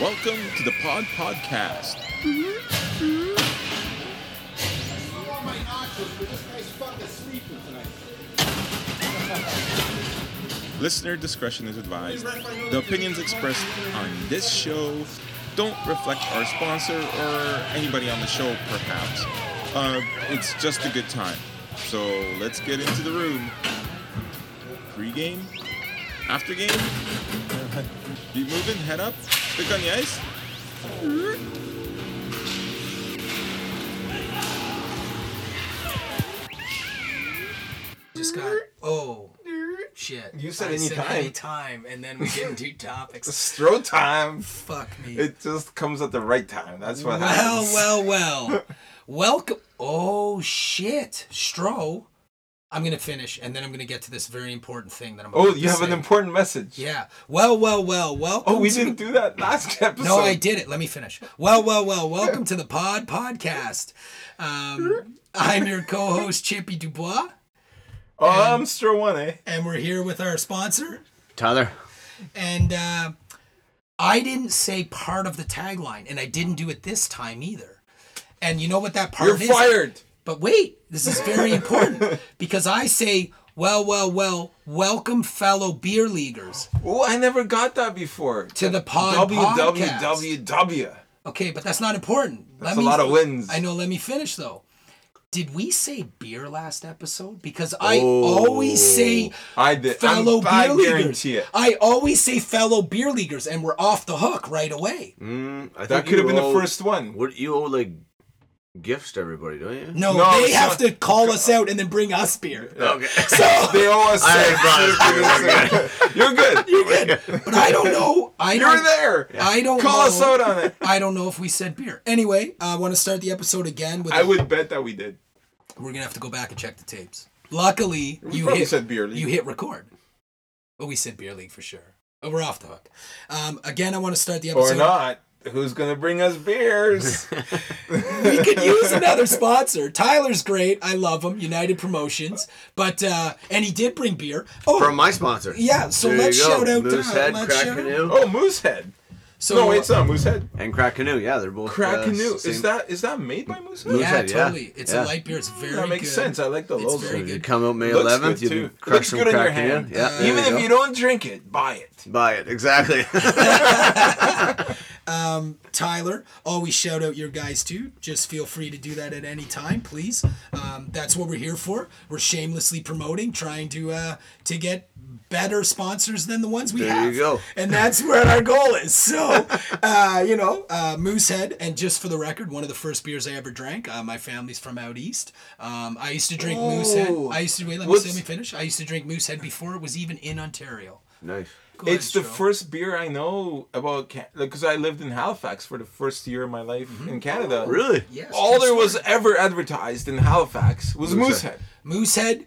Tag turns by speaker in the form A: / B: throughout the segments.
A: Welcome to the Pod Podcast. Listener discretion is advised. The opinions expressed on this show don't reflect our sponsor or anybody on the show, perhaps. Uh, it's just a good time. So let's get into the room. Pre-game? After game? You moving? Head up? Click on the ice?
B: Just got oh shit.
C: You said
B: I
C: anytime.
B: anytime, and then we didn't do topics.
C: It's throw time.
B: Fuck me.
C: It just comes at the right time. That's what
B: well,
C: happens.
B: well, well. Welcome. Oh shit, Stro. I'm gonna finish, and then I'm gonna get to this very important thing that I'm.
C: Oh,
B: about
C: you
B: to
C: have
B: say.
C: an important message.
B: Yeah. Well, well, well. Welcome.
C: Oh, we
B: to
C: didn't do that last episode.
B: No, I did it. Let me finish. Well, well, well. Welcome to the Pod Podcast. Um, I'm your co-host Chippy Dubois,
C: Oh, I'm Stro One, eh?
B: and we're here with our sponsor,
D: Tyler.
B: And uh, I didn't say part of the tagline, and I didn't do it this time either. And you know what that part
C: You're
B: is?
C: fired.
B: But wait, this is very important because I say, well, well, well, welcome, fellow beer leaguers.
C: Oh, I never got that before.
B: To the pod podcast.
C: WWW.
B: Okay, but that's not important.
C: That's a lot of wins.
B: I know. Let me finish though. Did we say beer last episode? Because I always say
C: Oh, I did.
B: fellow
C: I'm, I
B: beer leaguers.
C: guarantee it.
B: I always say fellow beer leaguers, and we're off the hook right away.
C: Mm.
D: I
C: That
D: think
C: could have
D: you
C: been the
D: owe-
C: first one.
D: What you owe like gifts to everybody, don't you?
B: No,
C: No,
B: they
C: so-
B: have to call us out and then bring us beer.
D: Okay.
B: So,
C: They always said.
D: I brought it.
C: You're good. You're
B: but I don't know. I don't,
C: there.
B: I don't
C: Call
B: know.
C: us out on it.
B: I don't know if we said beer. Anyway, I want to start the episode again with.
C: I would bet that we did.
B: We're gonna have to go back and check the tapes. Luckily, you
C: probably
B: hit
C: said beer league.
B: You hit record. But we said beer league for sure. Oh, we're off the hook. Um, again, I want to start the
C: Or
B: episode.
C: not. Who's gonna bring us beers?
B: we could use another sponsor. Tyler's great. I love him. United Promotions. But uh and he did bring beer. Oh
D: From my sponsor.
B: yeah, so
D: There you
B: let's
D: go.
B: shout out to
D: Moosehead,
B: let's
D: Crack
B: shout out-
D: Canoe,
C: oh, Moosehead.
B: So
C: no, it's not Moosehead.
D: and Crack Canoe. Yeah, they're both
C: Crack
D: uh,
C: Canoe.
D: same-
C: Is that is that made by Moosehead?
D: Moosehead,
B: yeah,
D: yeah.
B: totally. It's a
D: Yeah.
B: light beer. It's very
C: that makes
B: good.
C: sense. I like the
B: It's
C: logo.
B: very
D: You
B: good.
D: come out May
C: Looks
D: 11th.
C: good,
D: You
C: too.
D: can crush
C: Looks
D: some
C: good in your
D: Crack
C: hand.
D: Canoe. Yeah. there
C: Even
D: you
C: if
D: go.
C: you don't drink it, buy it.
D: buy it, exactly.
B: Tyler, always shout out your guys too. Just feel free to do that at any time, please. Um, that's what we're here for. We're shamelessly promoting, trying to uh, to get better sponsors than the ones we
D: There you
B: have.
D: go.
B: And that's where our goal is. So, uh, you know, uh, Moosehead, and just for the record, one of the first beers I ever drank. Uh, my family's from out east. Um, I used to drink Moosehead. I used to wait. Let me,
C: What's-
B: see, let me finish. I used to drink Moosehead before it was even in Ontario.
D: nice.
B: Go
C: It's the
B: ahead, Joe.
C: first beer I know about because I lived in Halifax for the first year of my life
B: Mm-hmm.
C: in Canada.
D: Really?
B: Yes,
C: All
B: true
C: there was
B: story.
C: ever advertised in Halifax was Moosehead.
B: Moosehead.
D: Moosehead.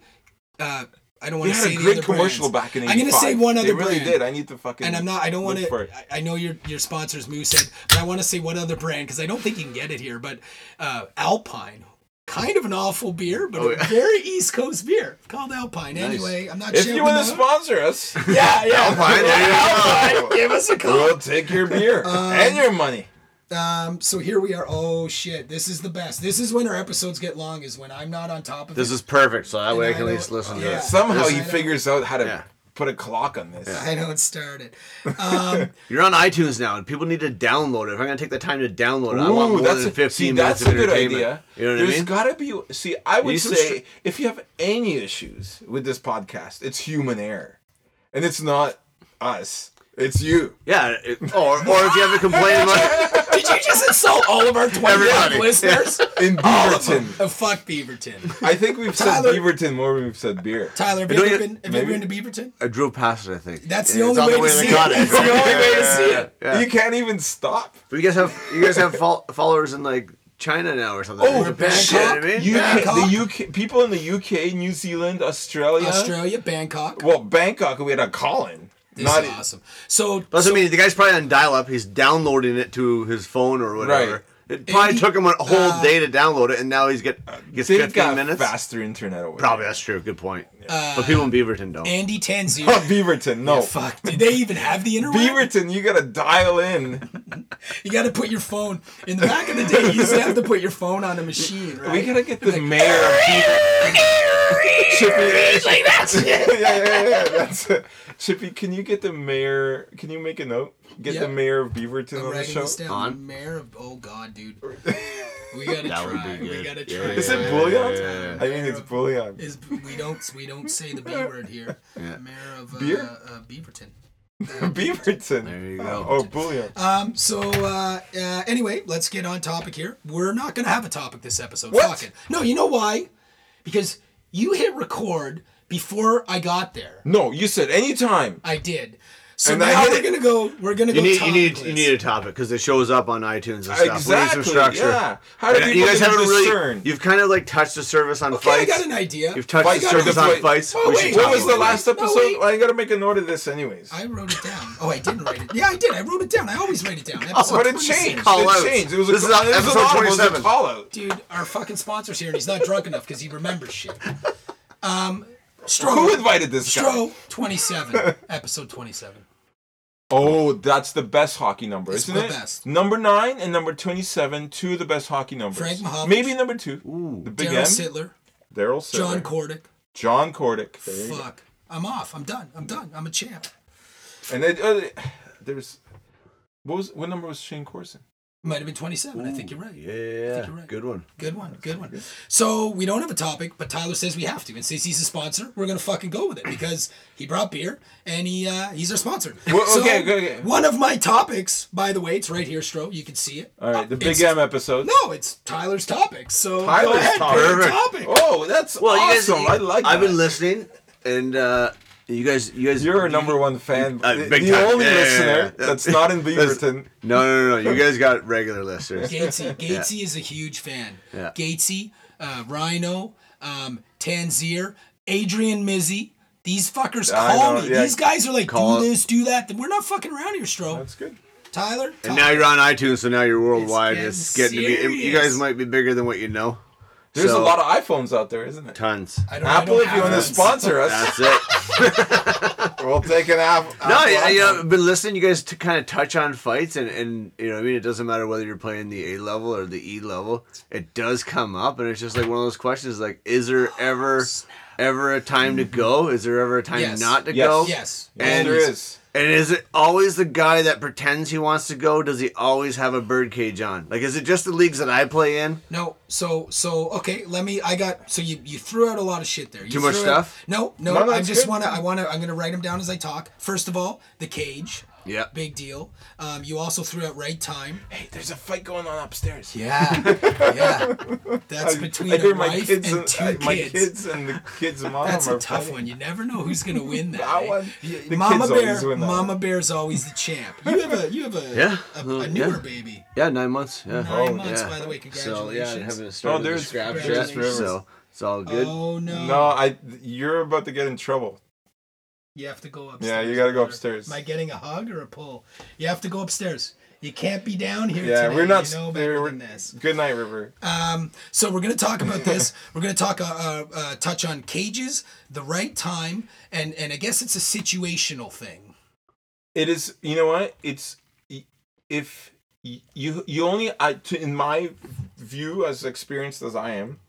B: Uh, I don't want to
C: They had
B: say
C: a
B: the
C: great
B: other
C: commercial
B: brands.
C: back in '85.
B: I'm gonna say one other
C: They really
B: brand.
C: did. I need to fucking.
B: and I'm not. I don't want
C: look for
B: to.
C: it.
B: I know your your sponsor's Moosehead, but I want to say one other brand because I don't think you can get it here. But uh, Alpine, kind of an awful beer, but
D: Oh,
B: a
D: yeah.
B: very East Coast beer called Alpine. Anyway, I'm not.
C: If
B: shouting
C: you want to
B: them out.
C: sponsor us,
B: yeah, yeah,
D: Fine, there you go.
B: give us a call.
C: we'll take your beer and your money.
B: Um, so here we are. Oh shit, this is the best. This is when our episodes get long. Is when I'm not on top of
D: This
B: it.
D: is perfect, so that way I
B: And
D: can
B: I
D: at least
B: know-
D: listen
B: yeah.
D: to it.
C: Somehow
B: This-
C: he figures out how to
D: Yeah.
C: put a clock on this.
B: I don't start it. Um,
D: You're on iTunes now, and people need to download it. If I'm gonna take the time to download it, I want more than 15
C: see,
D: minutes
C: that's
D: of
C: a good
D: entertainment.
C: idea.
D: You know what
C: There's
D: I mean?
C: gotta be. See, I would
D: need some
C: say
D: str-
C: if you have any issues with this podcast, it's human error, and it's not us. It's you.
D: yeah. It, or, or if you have a complaint about
B: did you just insult all of our 25
D: Everybody.
B: listeners?
C: In Beaverton,
B: Oh, fuck Beaverton.
C: I think we've said
B: Tyler-
C: Beaverton more than we've said beer.
B: Tyler, have you
D: know
B: ever
D: you-
B: been, have you ever
C: maybe- Uh-huh.
B: been to Beaverton?
D: I drove past it, I think.
B: That's
D: And
B: the
D: it's
B: only way
D: on the way
B: to
D: to
B: see
D: the
B: it.
D: cottage.
B: That's the only way to see it.
D: Yeah.
C: You can't even stop.
D: But you guys have you guys have fol- followers in like China now or something.
C: Oh,
D: Or
B: Bangkok,
D: You know what I mean?
C: UK,
B: Bangkok.
C: the UK people in the UK, New Zealand, Australia,
B: Australia, Bangkok.
C: Well, Bangkok, we had a Colin.
B: This
C: Not e-
B: is awesome. So,
D: Plus, I mean, the guy's probably on dial-up. He's downloading it to his phone or whatever.
C: Right.
D: It probably
B: Maybe,
D: took him a whole
B: uh,
D: day to download it, and now he's get gets
C: they've got
D: 15 minutes.
C: faster internet over there.
D: Probably that's true. Good point.
B: Uh,
D: but people in Beaverton don't.
B: Andy Tanzir.
C: Not Beaverton, no.
B: Fuck. Did they even have the internet?
C: Beaverton, you gotta dial in.
B: You got to put your phone in the back of the day. You used to have to put your phone on a machine, right?
C: We gotta get the mayor of Beaver- Chippy, like that's it. yeah, yeah, yeah, yeah, that's it. Chippy, can you get the mayor? Can you make a note? Get
B: Yeah.
C: the mayor of Beaverton on the
B: Writing
C: show.
B: this down.
D: On?
B: Mayor of oh god, dude. We gotta
D: That would
B: try.
D: be
B: We
D: good.
B: gotta
D: Yeah,
B: try.
C: Is
D: Yeah,
C: it bullion?
D: yeah, yeah.
C: I mean, it's bullion.
B: Is we don't we don't say the B word here.
D: Yeah.
B: Mayor of uh,
C: Beer?
B: uh, Beaverton.
C: Beaverton.
D: There you go.
C: Oh, bullion.
B: Um, so uh, uh, anyway, let's get on topic here. We're not gonna have a topic this episode.
C: What?
B: Fuck it. No, you know why? Because you hit record before I got there.
C: No, you said anytime.
B: I did. So
C: And I
B: now
C: hit
B: we're
C: it.
B: gonna go. We're gonna
D: You
B: go.
D: need, you need
B: topicless.
D: you need a topic because it shows up on iTunes and stuff. We need some
C: Exactly,
D: structure.
C: yeah. How do
D: Yeah,
C: people
D: you guys
C: even
D: haven't
C: discern?
D: really. You've kind of like touched the surface on
B: Okay, I
D: fights.
B: got an idea.
D: You've touched
C: Fight
D: the surface
C: the
D: on
C: fight.
D: fights.
B: Oh,
D: we
B: wait,
D: should
C: What
D: talk
C: was the
D: about
C: last
D: it.
B: No,
C: episode?
B: wait.
C: I gotta make a note of this, anyways.
B: I wrote it down. Oh, I didn't write it. Yeah, I did. I wrote it down. I always write it down. Episode
C: Oh, But it
B: 26.
C: changed.
D: Call
C: it
D: outs.
C: changed. It was a,
D: This is
C: call- it was an
D: episode
C: audible, it was a
D: 27.
C: call out.
B: Dude, our fucking sponsor's here and he's not drunk enough because he remembers shit. Um, Stro.
C: Who invited this guy?
B: Stro 27. episode 27.
C: Oh, that's the best hockey number,
B: It's
C: isn't
B: the
C: it?
B: best.
C: Number nine and number twenty-seven, two of the best hockey numbers.
B: Frank Mahovlich.
C: Maybe number two. the big
B: Daryl
C: M.
B: Sittler.
C: Daryl Sittler.
B: John Cordick.
C: John Cordick. There you go.
B: Fuck. I'm off. I'm done. I'm done. I'm a champ.
C: And then, uh, there's what was what number was Shane Corson?
B: Might have been 27. I think you're right.
D: Yeah,
B: you're right.
D: good one.
B: Good one, good one. So we don't have a topic, but Tyler says we have to, and since he's a sponsor, we're gonna fucking go with it because he brought beer and he uh, he's our sponsor.
C: Well, okay, okay, okay.
B: One of my topics, by the way, it's right here, Stro. You can see it. Uh,
C: All right, the Big
B: It's-
C: M episode.
B: No, it's Tyler's topic. So
C: Tyler's
B: go ahead, pick
C: topic.
B: your
D: Perfect.
B: topic.
C: Oh, that's
D: Well,
C: awesome.
D: you guys,
C: I like.
D: I've
C: that.
D: been listening, and uh, you guys, you guys,
C: You're a number one fan.
D: Uh,
C: the
D: big
C: the
D: time.
C: only
D: Yeah, yeah,
C: listener
D: yeah.
C: that's not in
D: That's-
C: Beaverton.
D: No, no, no, no. You guys got regular listeners.
B: Gatesy. Gatesy is a huge fan.
D: Yeah.
B: Gatesy, uh, Rhino, um, Tanzir, Adrian Mizzy. These fuckers
C: I
B: call
C: know,
B: me.
C: yeah.
B: These guys are like,
D: Call-
B: do this, do that. We're not fucking around here, Stro.
C: That's good.
B: Tyler.
D: And now you're on iTunes, so now you're worldwide.
B: getting
D: It's, getting to be. You
B: serious.
D: guys might be bigger than what you know.
C: There's
D: So-
C: a lot of iPhones out there, isn't it?
D: Tons.
B: I don't, I
C: Apple,
B: don't
C: if you
B: have
C: want to
B: one.
C: sponsor us,
D: That's it.
C: we'll take an app.
D: No,
C: Apple
D: yeah, you know,
C: iPhone.
D: I've been listening. You guys to kind of touch on fights, and and you know, what I mean, it doesn't matter whether you're playing the A level or the E level. It does come up, and it's just like one of those questions: like, is
B: Oh,
D: there ever, ever a time to go? Is there ever a time
B: Yes.
D: not to
C: Yes.
D: go?
B: Yes.
C: Yes, there is.
D: And is it always the guy that pretends he wants to go? Does he always have a bird cage on? Like, is it just the leagues that I play in?
B: No, so so okay. Let me. I got. So you you threw out a lot of shit there. You
D: Too much
B: threw
D: stuff?
B: out- no, no.
C: No, no,
B: I
C: it's
B: just
C: good.
B: wanna. I wanna. I'm gonna write them down as I talk. First of all, the cage.
D: Yeah.
B: Big deal. Um, you also threw out right time.
C: Hey, there's a fight going on upstairs.
B: Yeah, yeah. That's between
C: I hear
B: a
C: my
B: wife
C: kids
B: and
C: and,
B: two
C: I-
B: kids.
C: my kids and the kids' mom
B: That's
C: are
B: a tough
C: fighting.
B: one. You never know who's gonna win that.
C: That
B: eh?
C: one- the
B: Mama
C: kids always
B: Bear.
C: win that
B: Mama
C: one.
B: Bear's always the champ. You have a you have a
D: Yeah.
B: a,
D: Well,
B: a newer
D: yeah.
B: baby.
D: Yeah, nine months. Yeah.
C: Oh,
B: Nine months,
D: Oh, yeah. Oh,
B: by the way.
D: So yeah, and
B: Congratulations.
D: haven't started
C: there's-
D: the scrap
B: there's
D: yet,
B: Rivers.
D: so it's all good.
B: Oh no.
C: No, I. You're about to get in trouble.
B: You have to go upstairs.
C: Yeah, you gotta go
B: brother.
C: upstairs.
B: Am I getting a hug or a pull? You have to go upstairs. You can't be down here.
C: Yeah,
B: today.
C: we're not.
B: You know
C: there-
B: better
C: we're-
B: than this.
C: Good night, River.
B: Um, so we're gonna talk about this. we're gonna talk, uh, uh, uh, touch on cages, the right time, and and I guess it's a situational thing.
C: It is. You know what? It's y- if y- you you only I to, in my view as experienced as I am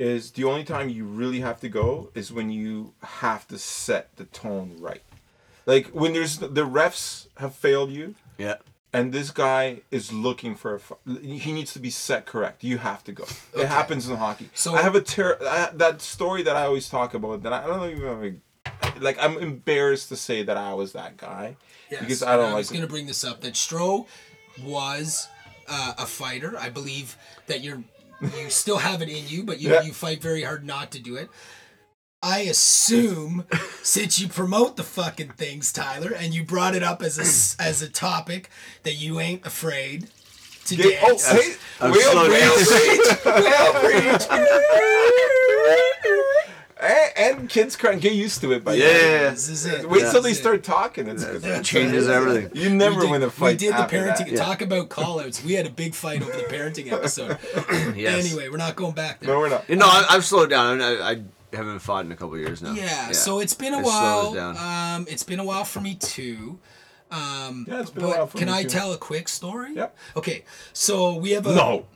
C: is the only time you really have to go is when you have to set the tone right. Like when there's the refs have failed you
D: Yeah.
C: and this guy is looking for a fu- he needs to be set correct you have to go it happens in hockey
B: So-
C: so i have a ter- I, that story that i always talk about that i don't even have a- like i'm embarrassed to say that i was that guy because i don't
B: I
C: like
B: was gonna bring this up that Stroh was uh, a fighter. I believe that you're you still have it in you, but you
C: Yeah.
B: you fight very hard not to do it. I assume since you promote the fucking things, Tyler, and you brought it up as a s- as a topic that you ain't afraid to
C: Get- oh
B: dance.
C: hey
D: I'm
C: whale
D: slowly-
C: breach, whale breach. and, and kids crying get used to it by
D: Yeah.
B: This is it.
C: wait till
B: That's
C: they
B: it.
C: start talking it's good.
D: Changes everything.
C: you never
B: We did-
C: win a fight
B: We did the
C: after that.
B: parenting. Talk about callouts. We had a big fight over the parenting episode.
D: Yes.
B: Anyway, we're not going back there.
C: no we're not
D: You know, I, I've slowed down. I, I haven't fought in a couple years now.
B: Yeah, so it's been a
D: It slows
B: while.
D: down.
B: Um, it's been a while for me too. Um,
C: Yeah, it's been a
B: but
C: while for
B: can
C: me
B: I
C: too.
B: tell a quick story?
C: Yep.
B: Okay, so we have a
C: No.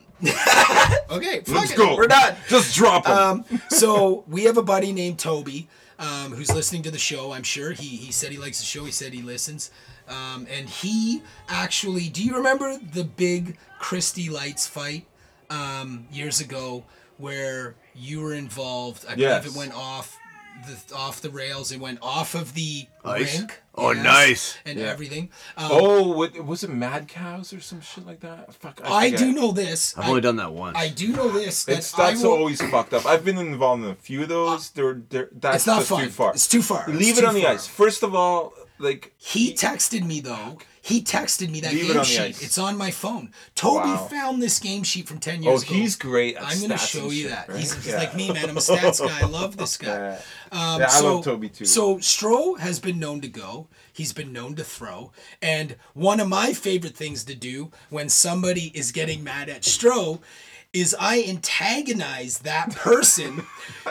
B: Okay, fuck
C: Let's
B: it,
C: go.
B: We're done.
C: Just drop him.
B: Um, so we have a buddy named Toby, um, who's listening to the show. I'm sure he he said he likes the show. He said he listens, um, and he actually. Do you remember the big Christy Lights fight um, years ago where you were involved? I
C: Yes.
B: believe it went off. The, off the rails, it went off of the
D: Ice?
B: rink.
D: Oh, nice.
B: and
C: Yeah.
B: everything. Um,
C: oh, what, was it Mad Cows or some shit like that? Fuck.
D: Oh,
B: I
C: forget.
B: do know this.
D: I've
B: I,
D: only done that once.
B: I do know this. That
C: It's
B: I
C: that's
B: will, Uh,
C: always fucked up. I've been involved in a few of those. They're, they're that's
B: It's not
C: just
B: fun.
C: too far.
B: It's too far. It's
C: Leave it
B: too
C: on the
B: far.
C: ice. First of all, like
B: He texted me though. He texted me that
C: Leave it
B: game
C: on the
B: sheet.
C: ice.
B: It's on my phone. Toby
C: Wow.
B: found this game sheet from ten
C: oh,
B: years ago.
C: he's great. At
B: I'm gonna
C: stats
B: show
C: and
B: you
C: shit,
B: that.
C: right?
B: He's, he's
C: Yeah.
B: like me, man. I'm a stats guy. I love this guy.
C: Yeah.
B: Um,
C: Yeah, I
B: so,
C: love Toby too.
B: So Stro has been known to go. He's been known to throw. And one of my favorite things to do when somebody is getting mad at Stro is I antagonize that person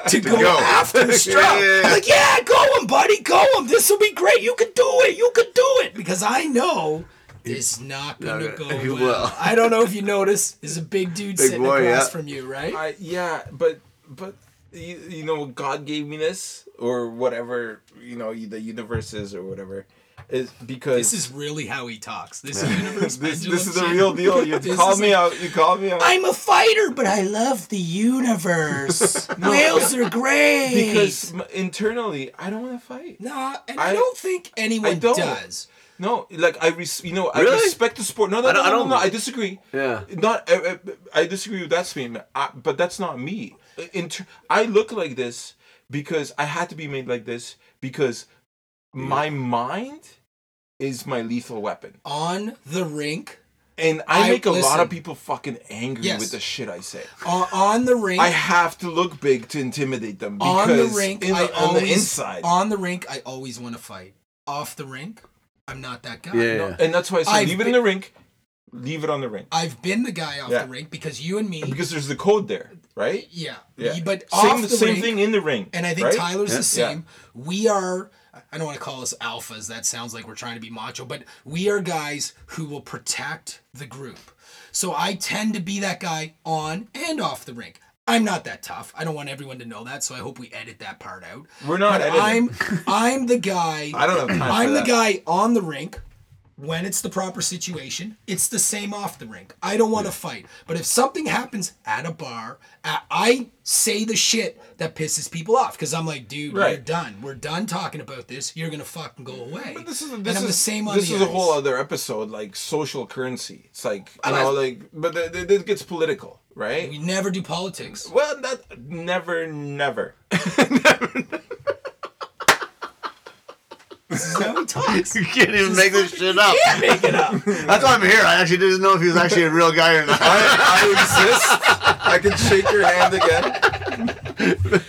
B: to, go,
C: go.
B: after Stro.
D: Yeah, yeah, yeah.
B: Like, yeah, go him, buddy, go him. This will be great. You can do it. You can do it. Because I know. It's not gonna
D: No,
B: go
D: he
B: well.
D: will.
B: I don't know if you notice, there's a big dude sitting
D: boy,
B: across
D: yeah.
B: from you, right?
C: I, yeah, but but you, you know God gave me this or whatever you know the universe is or whatever is because
B: This is really how he talks. This universe.
C: this,
B: pendulum
C: this is the
B: shit.
C: real deal. You
B: This
C: called
B: is
C: me
B: like-
C: out. You called me out.
B: I'm a fighter, but I love the universe. Whales are great.
C: because m- internally, I don't want to fight.
B: nah, and I,
C: I-
B: don't think anyone
C: I don't.
B: does.
C: No, like I res- you know I
D: Really?
C: respect the sport. No, no,
D: I don't-
C: no,
D: I
C: no,
D: don't-
C: no, I disagree.
D: Yeah.
C: Not I, I, I disagree with that statement. I, but that's not me. In ter- I look like this because I had to be made like this because my mind is my lethal weapon,
B: On the rink,
C: and I,
B: I-
C: make a lot
B: listen.
C: of people fucking angry
B: Yes.
C: with the shit I say.
B: on, uh, on the rink,
C: I have to look big to intimidate them because
B: on the rink,
C: in-
B: I
C: on
B: always,
C: the inside,
B: on the rink, I always want to fight. Off the rink, I'm not that guy.
D: Yeah.
C: and that's why I say
B: I've
C: leave it
B: been-
C: in the rink. Leave it on the rink
B: I've been the guy off
C: Yeah.
B: the rink because you and me.
C: because there's the code there, right?
B: yeah,
C: Yeah.
B: But
C: same,
B: off the
C: same
B: rink,
C: thing in the ring.
B: And I think
C: right?
B: Tyler's the
C: Yeah.
B: same. We are, I don't want to call us alphas. That sounds like we're trying to be macho, but we are guys who will protect the group. So I tend to be that guy on and off the rink. I'm not that tough. I don't want everyone to know that, so I hope we edit that part out.
C: We're not
B: But
C: editing.
B: I'm I'm the guy
C: I don't have time for
B: I'm the
C: that.
B: guy on the rink when it's the proper situation. It's the same off the rink. I don't want to fight. But if something happens at a bar, I- I say the shit that pisses people off because I'm like, dude, we're
C: Right.
B: done. We're done talking about this. You're gonna fucking go away. But
C: This is
B: and
C: this
B: I'm
C: is
B: the same on
C: this
B: the
C: is a
B: ice.
C: whole other episode, like social currency. It's like you
B: I-
C: know, like but th- th- it gets political, right?
B: We never do politics.
C: Well, that never, never.
B: This is how he talks.
D: you can't even make this shit up. That's why I'm here. I actually didn't know if he was actually a real guy or not.
C: I exist. I can shake your hand again.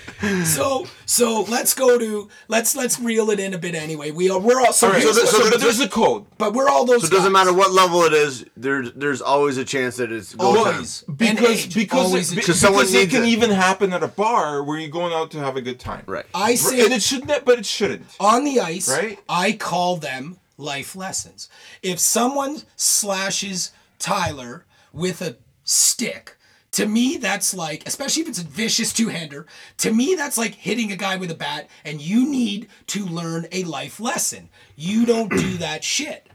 B: so so let's go to let's let's reel it in a bit anyway. We are we're all so,
C: All right, so,
B: here's
C: th-
B: what-
C: so but there's a code.
B: but we're all those
D: So it doesn't
B: guys.
D: matter what level it is. There, there's always a chance that
B: Oh,
D: it's go
B: Always.
D: time.
B: And
C: Because
B: age,
C: because
B: always
C: it,
B: a
C: be-
B: choice.
D: So someone
C: because it
D: needs
C: can
D: it.
C: even happen at a bar where you're going out to have a good time.
D: Right.
B: I
C: R-
B: say
C: And it should, not but it shouldn't.
B: on the ice,
C: Right?
B: I call them life lessons. If someone slashes Tyler with a stick, to me that's like, especially if it's a vicious two-hander, to me that's like hitting a guy with a bat and you need to learn a life lesson. You don't do that shit.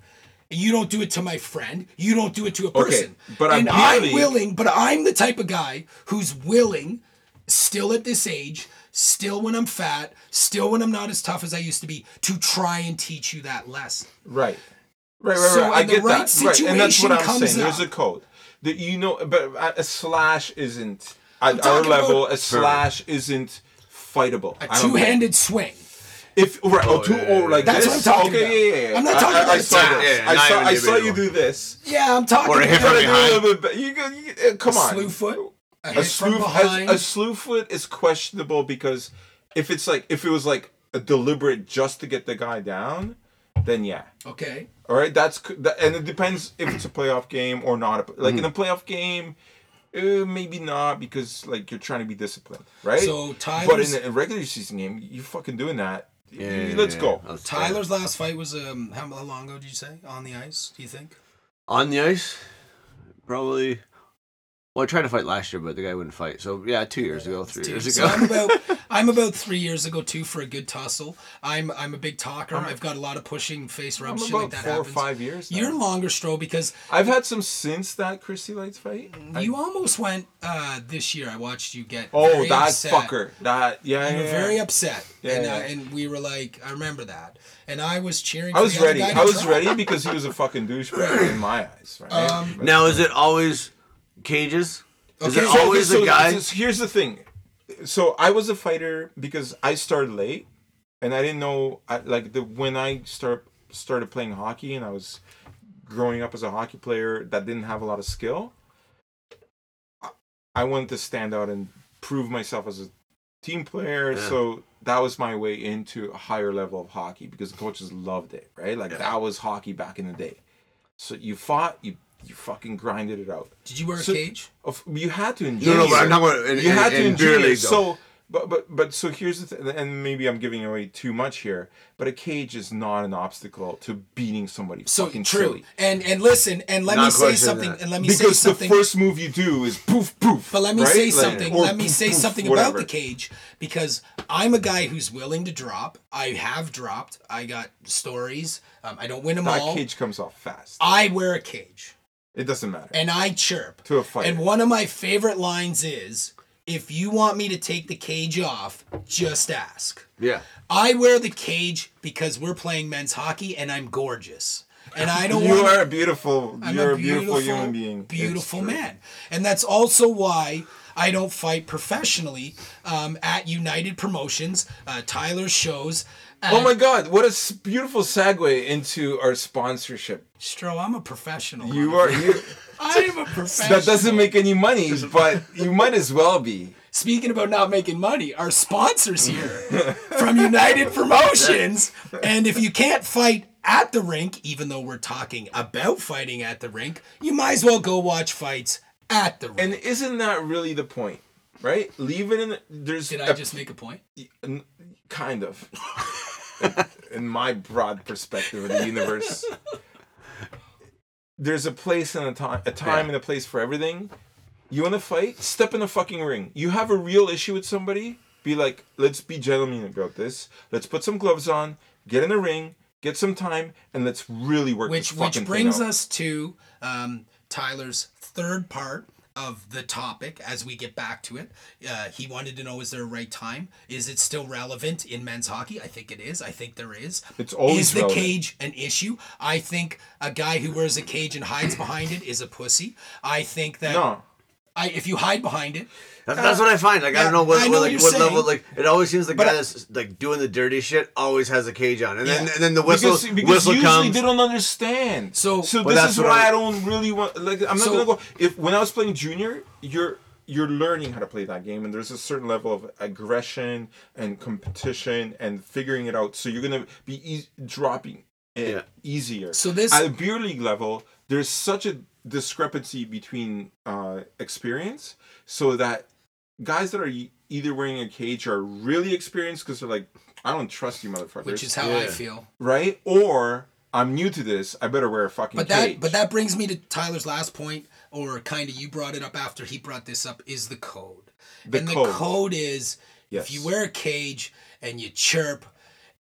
B: You don't do it to my friend. You don't do it to a person.
C: but I'm
B: and I'm
C: merely-
B: willing, but I'm the type of guy who's willing still at this age, still when I'm fat, still when I'm not as tough as I used to be, to try and teach you that lesson.
C: Right. Right, right,
B: So
C: right. I
B: in the
C: get
B: right
C: that. Right. And that's
B: situation
C: what I'm
B: comes
C: saying. There's a
B: up.
C: code. That you know but a- a slash isn't at our
B: talking
C: level,
B: about-
C: a slash isn't fightable.
B: A
C: I don't think-
B: two-handed swing.
C: if right, oh, two,
D: yeah,
C: oh, like
B: That's
C: this.
B: what I'm talking
C: okay,
B: about.
C: yeah, yeah, yeah.
B: I'm not
C: I-
B: talking
C: I,
B: about
C: I saw
B: attack.
C: this.
D: Yeah,
C: I
D: not
C: saw,
D: even
C: I saw you
D: individual.
C: do this.
B: Yeah, I'm talking
D: Or a hit
B: about
D: from
C: You gotta do
D: behind.
C: a little bit be- you gotta- you- uh, come
B: a
C: on.
B: slew foot, a
C: A
B: hit from
C: slew, a, a
B: behind.
C: slew foot is questionable because if it's like if it was like a deliberate just to get the guy down, then yeah.
B: Okay.
C: All right, that's c- that, and it depends if it's a playoff game or not. a- Like in a playoff game, eh, maybe not because like you're trying to be disciplined, right?
B: So
C: but
B: Tyler's-
C: in a regular season game, you fucking doing that.
D: Yeah, yeah,
C: Let's
D: yeah.
C: go.
D: Let's go.
B: Tyler's last fight was um how, how long ago did you say on the ice? Do you think?
D: on the ice, probably. Well, I tried to fight last year, but the guy wouldn't fight. So yeah, two years ago, three
B: Dude,
D: years
B: so
D: ago.
B: I'm about I'm about three years ago too for a good tussle. I'm I'm a big talker. i have got a lot of pushing face
C: I'm
B: rubs, shit like
C: about
B: that
C: four or
B: happens.
C: five years. now.
B: You're longer, Stro, because
C: I've had some since that Christy Lights fight. I-
B: you almost went uh, this year. I watched you get
C: oh,
B: very
C: that
B: upset.
C: fucker. That yeah.
B: You
C: yeah,
B: were
C: yeah.
B: very upset,
C: Yeah,
B: and uh,
C: yeah.
B: and we were like, I remember that, and I was cheering.
C: I
B: for
C: was
B: the other
C: ready.
B: guy to
C: I was
B: try.
C: ready because he was a fucking douchebag in my eyes, right?
B: Um,
C: But-
D: now is it always cages? Is
B: Okay,
D: it
B: so-
D: always
C: so
D: a guy?
C: this- Here's the thing. So I was a fighter because I started late, and I didn't know I, like the when I start started playing hockey and I was growing up as a hockey player that didn't have a lot of skill. I- I wanted to stand out and prove myself as a team player,
D: Yeah.
C: so that was my way into a higher level of hockey because the coaches loved it, right? Like that was hockey back in the day. So you fought, you you fucking grinded it out.
B: Did you wear a
C: So-
B: cage?
C: Of, you had to enjoy.
D: No, no,
C: it.
D: but I'm not going to.
C: You had to enjoy
D: enjoy
C: it. So, but but but so here's the thing, and maybe I'm giving away too much here, but a cage is not an obstacle to beating somebody.
B: So
C: fucking
B: true.
C: silly.
B: And and listen, and let
D: Not
B: me say
D: questioning
B: something.
D: that.
B: And let me say
C: Because the
B: something.
C: first move you do is poof poof.
B: But let me
C: right?
B: say
C: Like-
B: something.
C: or
B: let me
C: poof,
B: say
C: poof,
B: something
C: whatever.
B: about the cage because I'm a guy who's willing to drop. I have dropped. I got stories. Um, I don't win them
C: That
B: all.
C: cage comes off fast.
B: I wear a cage
C: It doesn't matter.
B: and I chirp.
C: To a fighter.
B: And one of my favorite lines is, "If you want me to take the cage off, just ask."
D: Yeah.
B: I wear the cage because we're playing men's hockey and I'm gorgeous. And I don't
C: you
B: want
C: are a beautiful.
B: I'm
C: you're a beautiful, human being. It's
B: Beautiful
C: true.
B: man. And that's also why I don't fight professionally um, at United Promotions, uh, Tyler's shows. Uh,
C: Oh my God! What a s- beautiful segue into our sponsorship.
B: Stro, I'm a professional.
C: You are. You,
B: I am a professional.
C: that doesn't make any money, but you might as well be.
B: Speaking about not making money, our sponsors here from United Promotions. And if you can't fight at the rink, even though we're talking about fighting at the rink, you might as well go watch fights at the rink.
C: And isn't that really the point, right? Leave it in. There's
B: Did
C: a-
B: I just make a point?
C: n- kind of, in my broad perspective of the universe. There's a place and a time, a time and a place for everything. You want to fight? Step in the fucking ring. You have a real issue with somebody? Be like, let's be gentlemen about this. Let's put some gloves on. Get in the ring. Get some time, and let's really work.
B: which
C: this
B: which
C: fucking
B: brings
C: thing out.
B: us to um, Tyler's third part of the topic as we get back to it. Uh, he wanted to know is there a right time? Is it still relevant in men's hockey? I think it is. I think there is.
C: It's always
B: Is the
C: relevant.
B: cage an issue? I think a guy who wears a cage and hides behind it is a pussy. I think that
C: No,
B: I if you hide behind it,
D: That's, that's what I find. Like I don't know what,
B: I know
D: what,
B: what
D: like,
B: you're
D: what
B: saying.
D: level. Like it always seems the
C: But
D: guy
C: I-
D: that's like doing the dirty shit always has a cage on, and then
B: Yeah.
D: and then the whistle
C: because, because
D: whistle
C: usually
D: comes.
C: they don't understand.
B: So-
C: so
D: Well,
C: this
D: that's
C: is
D: what
C: why
D: I-
C: I don't really want. Like I'm not
B: So-
C: gonna go. If when I was playing junior, you're you're learning how to play that game, and there's a certain level of aggression and competition and figuring it out. So you're gonna be eas dropping it
D: Yeah.
C: easier.
B: So this-
C: at a beer league level, there's such a discrepancy between uh, experience, so that guys that are e- either wearing a cage are really experienced because they're like, I don't trust you, motherfuckers
B: which is how I
D: Yeah.
B: feel.
C: right? Or I'm new to this. I better wear a fucking
B: But
C: cage.
B: that but that brings me to Tyler's last point, or kind of you brought it up after he brought this up, is the code.
C: The
B: and the
C: code.
B: code is
C: Yes.
B: if you wear a cage and you chirp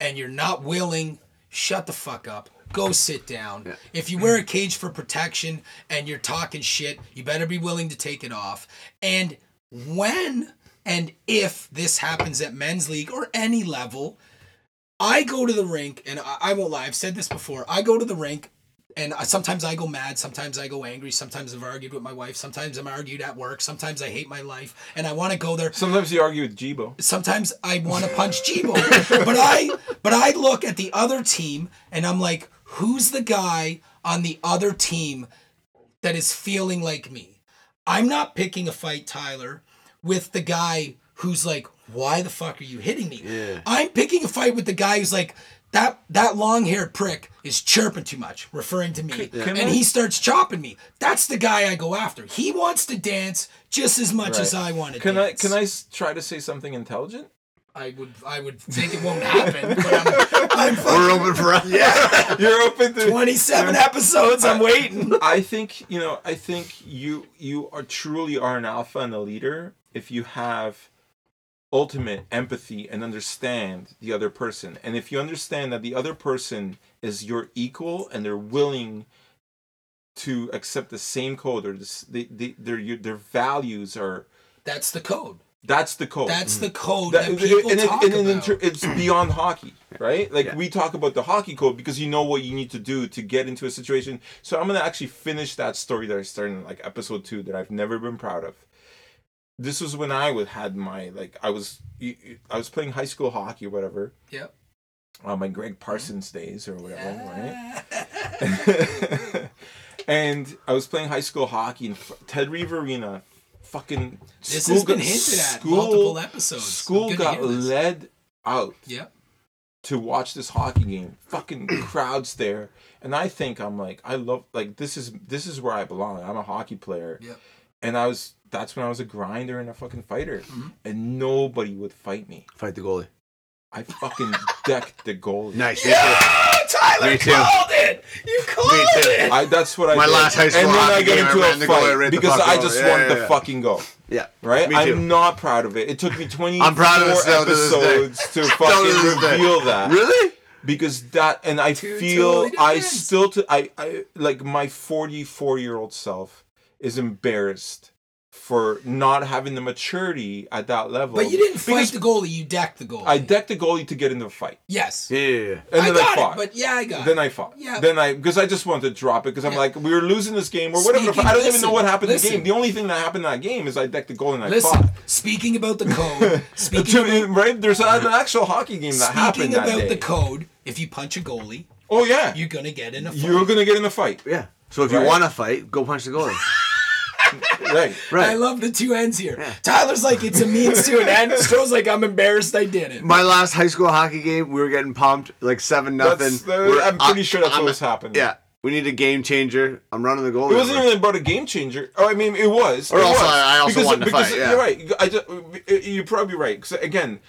B: and you're not willing, shut the fuck up. Go sit down. If you wear a cage for protection and you're talking shit, you better be willing to take it off. And when and if this happens at men's league or any level, I go to the rink, and I, I won't lie, I've said this before. I go to the rink, and I, sometimes I go mad, sometimes I go angry, sometimes I've argued with my wife, sometimes I'm argued at work, sometimes I hate my life, and I want to go there.
C: Sometimes you argue with Jibo.
B: Sometimes I want to punch Jibo, but I but I look at the other team, and I'm like, who's the guy on the other team that is feeling like me? I'm not picking a fight, Tyler, with the guy who's like, why the fuck are you hitting me? I'm picking a fight with the guy who's like, that that long haired prick is chirping too much, referring to me,
C: can
B: and
C: we-
B: he starts chopping me. That's the guy I go after. He wants to dance just as much as I want to
C: Can I
B: dance.
C: can I s- try to say something intelligent?
B: I would I would think it won't happen, but I'm, I'm fucking
D: We're open for
C: You're open to
B: 27 episodes. I'm waiting.
C: I think you know. I think you you are truly are an alpha and a leader if you have ultimate empathy and understand the other person, and if you understand that the other person is your equal and they're willing to accept the same code or this, they, they, their your- their values are
B: That's the code.
C: that's the code.
B: That's the code
C: That-
B: that, people
C: and it-
B: talk
C: and it
B: about.
C: inter- it's beyond hockey, right? Like we talk about the hockey code because you know what you need to do to get into a situation. So I'm gonna actually finish that story that I started in like episode two that I've never been proud of. This was when I would had my like I was I was playing high school hockey or whatever
B: yep.
C: on my Greg Parsons days or whatever, right? and I was playing high school hockey in f- Ted Reeve Arena. Fucking
B: This
C: school
B: has been
C: got-
B: hinted at multiple episodes. I'm
C: School
B: good to
C: got
B: hear this.
C: led out
B: Yep.
C: to watch this hockey game. Fucking crowds there, and I think I'm like, I love like this is this is where I belong. I'm a hockey player,
B: Yep.
C: and I was that's when I was a grinder and a fucking fighter,
B: Mm-hmm.
C: and nobody would fight me.
D: Fight the goalie.
C: I fucking decked the goalie.
D: Nice.
B: Tyler
D: Me too.
B: called it. You called
D: too.
B: it.
C: I, that's what I
D: My
C: did.
D: last high school
C: And then
D: hockey
C: I got
D: game, I
C: into
D: ran
C: a
D: the goal, I
C: fight
D: ran the
C: because
D: puck
C: I
D: over.
C: just
D: Yeah,
C: wanted
D: yeah,
C: to
D: yeah.
C: fucking go.
D: Yeah.
C: Right?
D: Me too.
C: I'm not proud of it. It took me 20
D: I'm proud of it still to this day.
C: episodes to
D: Still to
C: fucking
D: this day.
C: reveal that.
D: Really?
C: Because that and I
B: Two
C: feel
B: totally different
C: I
B: things.
C: still to I, I like my 44-year-old self is embarrassed for not having the maturity at that level.
B: But you didn't
C: Because
B: fight the goalie. You decked the goalie.
C: I decked the goalie to get into a fight.
B: yes.
D: Yeah, yeah, yeah.
C: And
B: I
C: then I
B: got
C: fought.
B: it. But yeah, I got
C: Then
B: it.
C: I fought.
B: Yeah.
C: Then I because I just wanted to drop it because I'm
B: Yeah.
C: like we were losing this game or whatever.
B: Speaking-
C: I don't even
B: listen,
C: know what happened
B: listen.
C: in the game. The only thing that happened in that game is I decked the goal and I
B: Listen.
C: fought.
B: Speaking about the code.
C: The
B: Speaking
C: two- right? There's an actual hockey game that
B: Speaking
C: happened that
B: about
C: day.
B: the code, if you punch a goalie,
C: oh yeah,
B: you're gonna get in a fight.
C: you, are gonna get in a fight,
D: Yeah. So if
C: Right.
D: you want to fight, go punch the goalie.
C: right?
D: Right.
B: I love the two ends here. Tyler's like, it's a means to an end. Stroh's like, I'm embarrassed I did it.
D: My last high school hockey game, we were getting pumped like seven nothing.
C: That's, I'm pretty sure that's what was happening.
D: Yeah. We need a game changer. I'm running the goalie.
C: It wasn't
D: over.
C: even about a game changer. Oh, I mean, it was.
D: Or
C: it
D: also,
C: was.
D: I- I also
C: because,
D: wanted to
C: because
D: fight, yeah.
C: You're right. I just, you're probably right. Because again,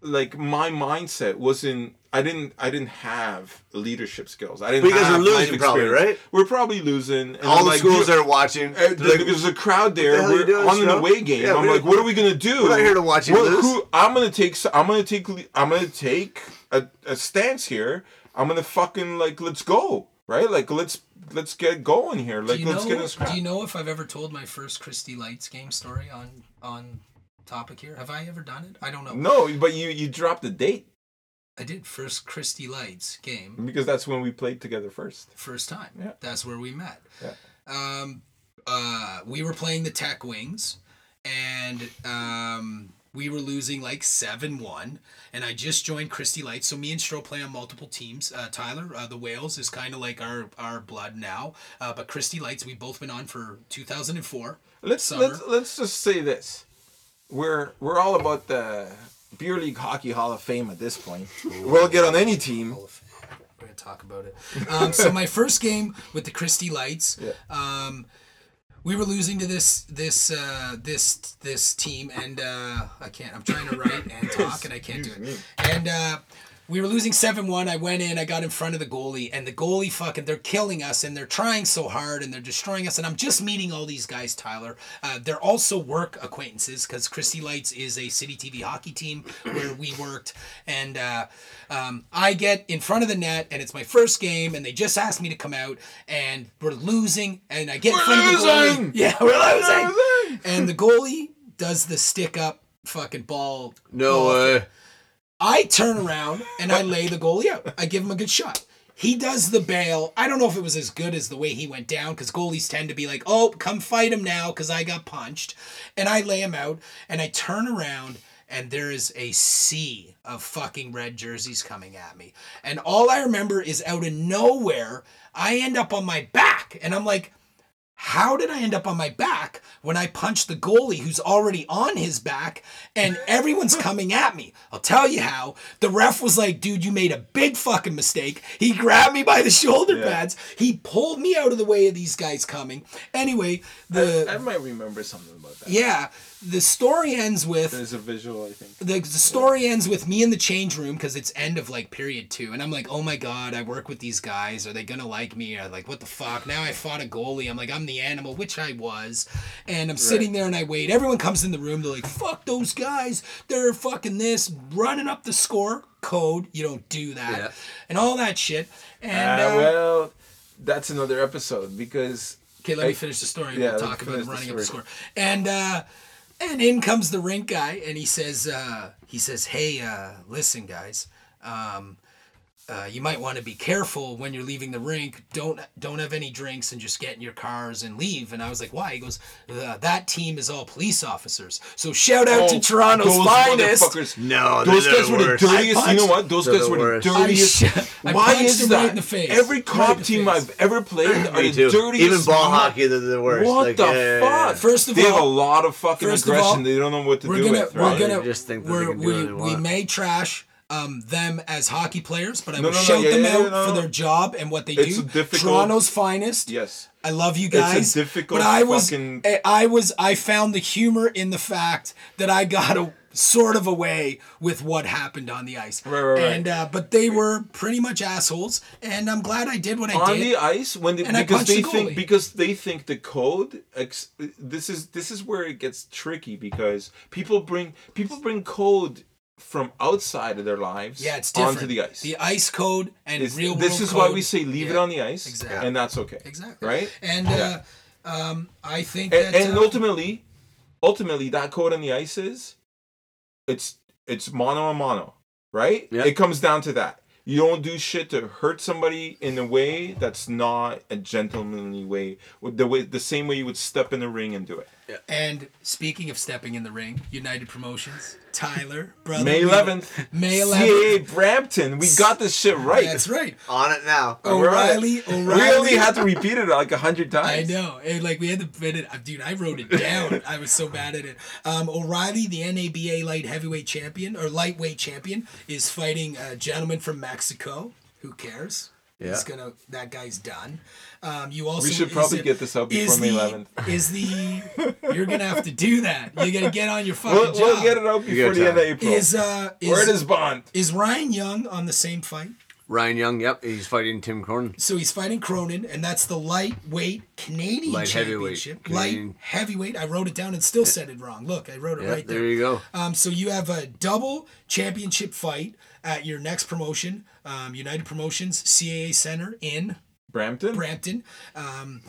C: like my mindset wasn't. I didn't. I didn't have leadership skills. I didn't.
D: But you guys
C: have
D: were losing
C: life
D: probably,
C: experience.
D: right?
C: We're probably losing. And
D: All
C: I'm
D: the
C: like,
D: schools
C: dude,
D: are watching.
C: uh,
D: They're like,
C: there's a crowd there.
D: hell you
C: We're
D: doing,
C: on an
D: Snow?
C: away game.
D: Yeah,
C: I'm
D: we
C: like,
D: don't-
C: what are we gonna do?
D: we're not here to watch you
C: Well,
D: lose.
C: who- I'm gonna take. s- I'm gonna take. le- I'm gonna take a, a stance here. I'm gonna fucking like. Let's go. Right. Like let's let's get going here. Like
B: Do you,
C: let's get
B: know,
C: this. crowd.
B: do you know if I've ever told my first Christie Lights game story on on topic here? Have I ever done it? I don't know.
C: No, but you you dropped the date
B: I did first Christie Lights game
C: because that's when we played together first.
B: first time.
C: Yeah.
B: That's where we met.
C: Yeah.
B: Um, uh, we were playing the Tech Wings, and um, we were losing like seven one. And I just joined Christie Lights, so me and Stro play on multiple teams. Uh, Tyler, uh, the Whales is kind of like our our blood now, uh, but Christie Lights we've both been on for 2004.
C: Let's
B: summer.
C: let's let's just say this: we're we're all about the beer league hockey hall of fame at this point. We'll get on any team.
B: We're gonna talk about it. Um, so my first game with the Christie Lights, um, we were losing to this this uh, this this team, and uh, I can't. I'm trying to write and talk, and I can't do it. And uh, we were losing seven one. I went in, I got in front of the goalie, and the goalie fucking they're killing us, and they're trying so hard, and they're destroying us. And I'm just meeting all these guys, Tyler. Uh, they're also work acquaintances because Christie Lights is a city TV hockey team where we worked, and. Uh, um, I get in front of the net and it's my first game and they just asked me to come out and we're losing and I get in front of the
C: losing!
B: goalie. Yeah, we're losing.
C: losing!
B: And the goalie does the stick up fucking ball.
D: no
B: ball
D: way.
B: I turn around and I lay the goalie out. I give him a good shot. He does the bail. I don't know if it was as good as the way he went down because goalies tend to be like, oh, come fight him now because I got punched. And I lay him out and I turn around and there is a sea of fucking red jerseys coming at me. And all I remember is out of nowhere, I end up on my back and I'm like, how did I end up on my back when I punch the goalie who's already on his back and everyone's coming at me. I'll tell you how. The ref was like, dude, you made a big fucking mistake. He grabbed me by the shoulder pads. He pulled me out of the way of these guys coming. Anyway, the
C: I might remember something about that.
B: yeah, the story ends with
C: There's a visual, I think.
B: the, the story ends with me in the change room because it's end of like period two and i'm like oh my god i work with these guys are they gonna like me or like what the fuck now i fought a goalie i'm like i'm the animal which i was and i'm sitting there and i wait everyone comes in the room they're like fuck those guys they're fucking this running up the score code you don't do that
D: Yeah.
B: and all that shit and
C: Ah,
B: uh,
C: well, that's another episode because
B: Okay, let me
C: I-
B: finish the story. we'll
C: yeah, let
B: talk about
C: me finish
B: him
C: the
B: running up the
C: story.
B: score. And uh, and in comes the rink guy, and he says, uh, he says, hey, uh, listen, guys, um, uh, you might want to be careful when you're leaving the rink. Don't don't have any drinks and just get in your cars and leave. And I was like, why? He goes, uh, that team is all police officers. So shout out to
C: Oh,
B: Toronto's
C: those
B: finest.
C: motherfuckers.
D: No,
C: Those
D: they're
C: guys
D: the
C: were the
D: worst.
C: dirtiest.
B: I
C: You know
B: punched-
C: what? Those
D: They're
C: guys
D: the
C: were the
D: worst. I
C: dirtiest.
B: sh- I
C: Why
B: punched
C: is
B: him
C: that?
B: right in the face. Right
C: Every
B: in
C: cop
B: the
C: team
B: face.
C: I've ever played are
D: Me
C: the
D: too.
C: dirtiest.
D: Even ball
C: mo-
D: hockey, they're the worst.
C: What
D: Like,
C: the
D: yeah, yeah, yeah.
C: fuck?
B: First of
C: they have a
B: all-
C: lot of fucking
B: first of
C: aggression.
B: all,
C: they don't know what to
B: we're
C: do
B: gonna
C: with.
B: we're
C: right?
B: gonna
D: They just think that they
B: we're-
D: can do
B: we
D: what they
B: we
D: want.
B: may trash um, them as hockey players, but I
C: No,
B: will
C: no, no,
B: shout
C: yeah,
B: them
C: yeah,
B: out
C: yeah, no,
B: for
C: no.
B: their job and what they
C: It's
B: do.
C: a difficult-
B: Toronto's finest.
C: Yes.
B: I love you
C: a
B: guys.
C: difficult
B: but I was
C: fucking-
B: I- I was I found the humor in the fact that I got a sort of away with what happened on the ice.
C: Right, right, right.
B: And uh, but they were pretty much assholes, and I'm glad I did what I
C: on
B: did.
C: the ice when they,
B: And I
C: because
B: punched
C: they
B: the goalie.
C: think because they think the code ex, this is this is where it gets tricky because people bring people bring code from outside of their lives
B: yeah, it's different.
C: onto the ice.
B: The ice code and
C: It's-
B: real
C: this
B: world
C: is
B: code.
C: why we say leave it
B: Yeah.
C: on the ice,
B: Exactly.
C: and that's okay.
B: Exactly.
C: Right.
B: And
C: Yeah.
B: uh, um, I think that
C: and, and
B: uh,
C: ultimately, ultimately, that code on the ice is, it's it's mono a mono, right?
D: Yeah.
C: It comes down to that. You don't do shit to hurt somebody in a way that's not a gentlemanly way, with the way the same way you would step in the ring and do it.
B: and speaking of stepping in the ring, United Promotions, Tyler, brother,
C: May
B: we-
C: eleventh,
B: May
C: CAA
B: 11th.
C: Brampton. We got this shit right.
B: That's right.
D: On it now.
C: We're on it.
B: O'Reilly, O'Reilly.
C: We only had to repeat it like a hundred
B: I
C: times.
B: know. And like we had to put it, uh, dude. I wrote it down. I was so bad at it. Um, O'Reilly, the NABA light heavyweight champion or lightweight champion, is fighting a gentleman from Mexico. Who cares?
D: Yeah.
B: He's gonna. That guy's done. Um, you also.
C: should
B: is
C: probably
B: it-
C: get this out
B: is
C: before May
B: the-
C: 11th.
B: Is the you're gonna have to do that. You're gonna get on your fucking
C: We'll,
B: job.
C: we'll get it out before
D: got
C: the end of
D: time.
C: April.
B: Is uh is,
C: Where does Bond?
B: is Ryan Young on the same fight?
D: Ryan Young, yep, he's fighting Tim Cronin.
B: So he's fighting Cronin, and that's the lightweight Canadian
D: Light heavyweight,
B: championship. Light
D: Canadian.
B: heavyweight. I wrote it down and still said it wrong. Look, I wrote it
D: Yep,
B: right
D: there.
B: there.
D: you go.
B: Um, so you have a double championship fight at your next promotion, um, United Promotions CAA Center in
C: Brampton.
B: Brampton. Um,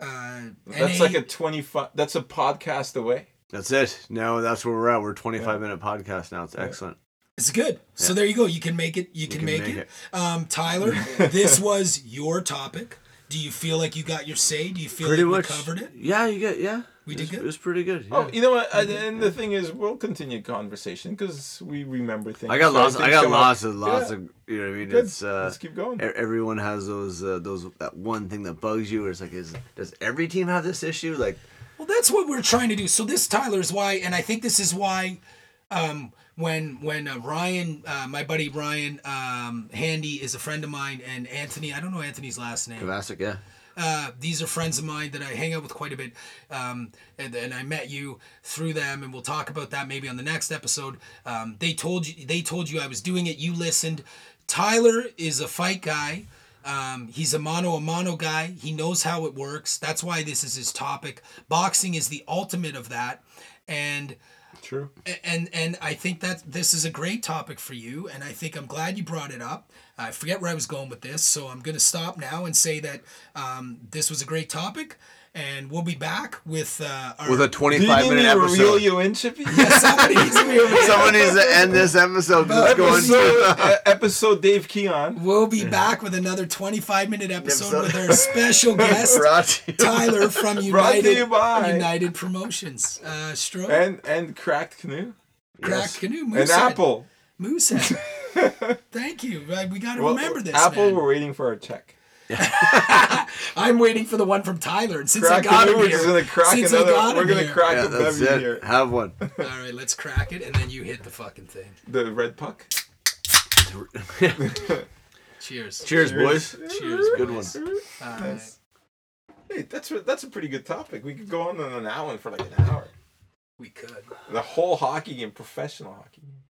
B: uh,
C: That's
B: NA
C: like a 25 that's a podcast away.
D: That's it. No, that's where we're at. We're 25 minute podcast now. It's excellent.
B: It's good. So there you go. You can make it. You can,
D: can
B: make,
D: make
B: it. Um, Tyler, this was your topic. Do you feel like you got your say? Do you feel
D: Pretty
B: like
D: much.
B: we covered it?
D: Yeah, you get yeah.
B: We
D: It
B: did
D: was-
B: good?
D: It was pretty good. yeah.
C: Oh, you know what? And, and the thing is, we'll continue conversation because we remember things.
D: I got
C: Sorry,
D: lots. I
C: things
D: got
C: come up.
D: lots of lots
C: Yeah,
D: of. You know what I mean?
C: good.
D: It's uh,
C: Let's keep going.
D: e- Everyone has those uh, those that one thing that bugs you, or it's like, is does every team have this issue? Like,
B: Well, that's what we're trying to do. So this Tyler is why, and I think this is why, um, when when uh, Ryan, uh, my buddy Ryan um, Handy is a friend of mine, and Anthony, I don't know Anthony's last name.
D: Kovacic, yeah.
B: Uh, these are friends of mine that I hang out with quite a bit, um, and, and I met you through them, and we'll talk about that maybe on the next episode. Um, they told you they told you I was doing it. You listened. Tyler is a fight guy. Um, he's a mono a mono guy. He knows how it works. That's why this is his topic. Boxing is the ultimate of that, and
C: True.
B: and and I think that this is a great topic for you, and I think I'm glad you brought it up. I forget where I was going with this, so I'm gonna stop now and say that um, this was a great topic, and we'll be back with uh, our.
D: With a 25 minute
C: Didn't even reel
D: episode.
C: you in, Chippy?
B: somebody needs to be over-
D: Someone needs to end this episode. Just going
C: episode,
D: to
C: uh, episode Dave Keon.
B: We'll be back with another 25 minute episode
D: Episode.
B: with our special guest
D: Brought to you.
B: Tyler from
C: Brought to
B: United
C: you by-
B: United Promotions. Uh, Stroh,
C: And and cracked canoe.
B: Crack
D: Yes.
B: Canoe,
C: And
B: Moosehead,
C: Apple.
B: Moosehead. Thank you. Like, We got to
C: Well,
B: remember this.
C: Apple,
B: man.
C: we're waiting for our check.
B: I'm waiting for the one from Tyler. And since
C: Crack
B: I got
C: it,
B: him
C: we're
B: here,
C: just gonna crack
B: since I
C: another.
B: got
C: We're
B: him
C: gonna
B: here.
C: crack
D: Yeah,
C: a
D: that's
C: bevy
D: it.
C: here.
D: Have one.
B: All right, let's crack it, and then you hit the fucking thing.
C: The red puck.
B: Cheers.
D: Cheers, boys.
B: Cheers.
D: Good
B: boys.
D: one.
B: All right.
C: Hey, that's a- that's a pretty good topic. We could go on on that one for like an hour.
B: We could.
C: The whole hockey game, professional hockey game.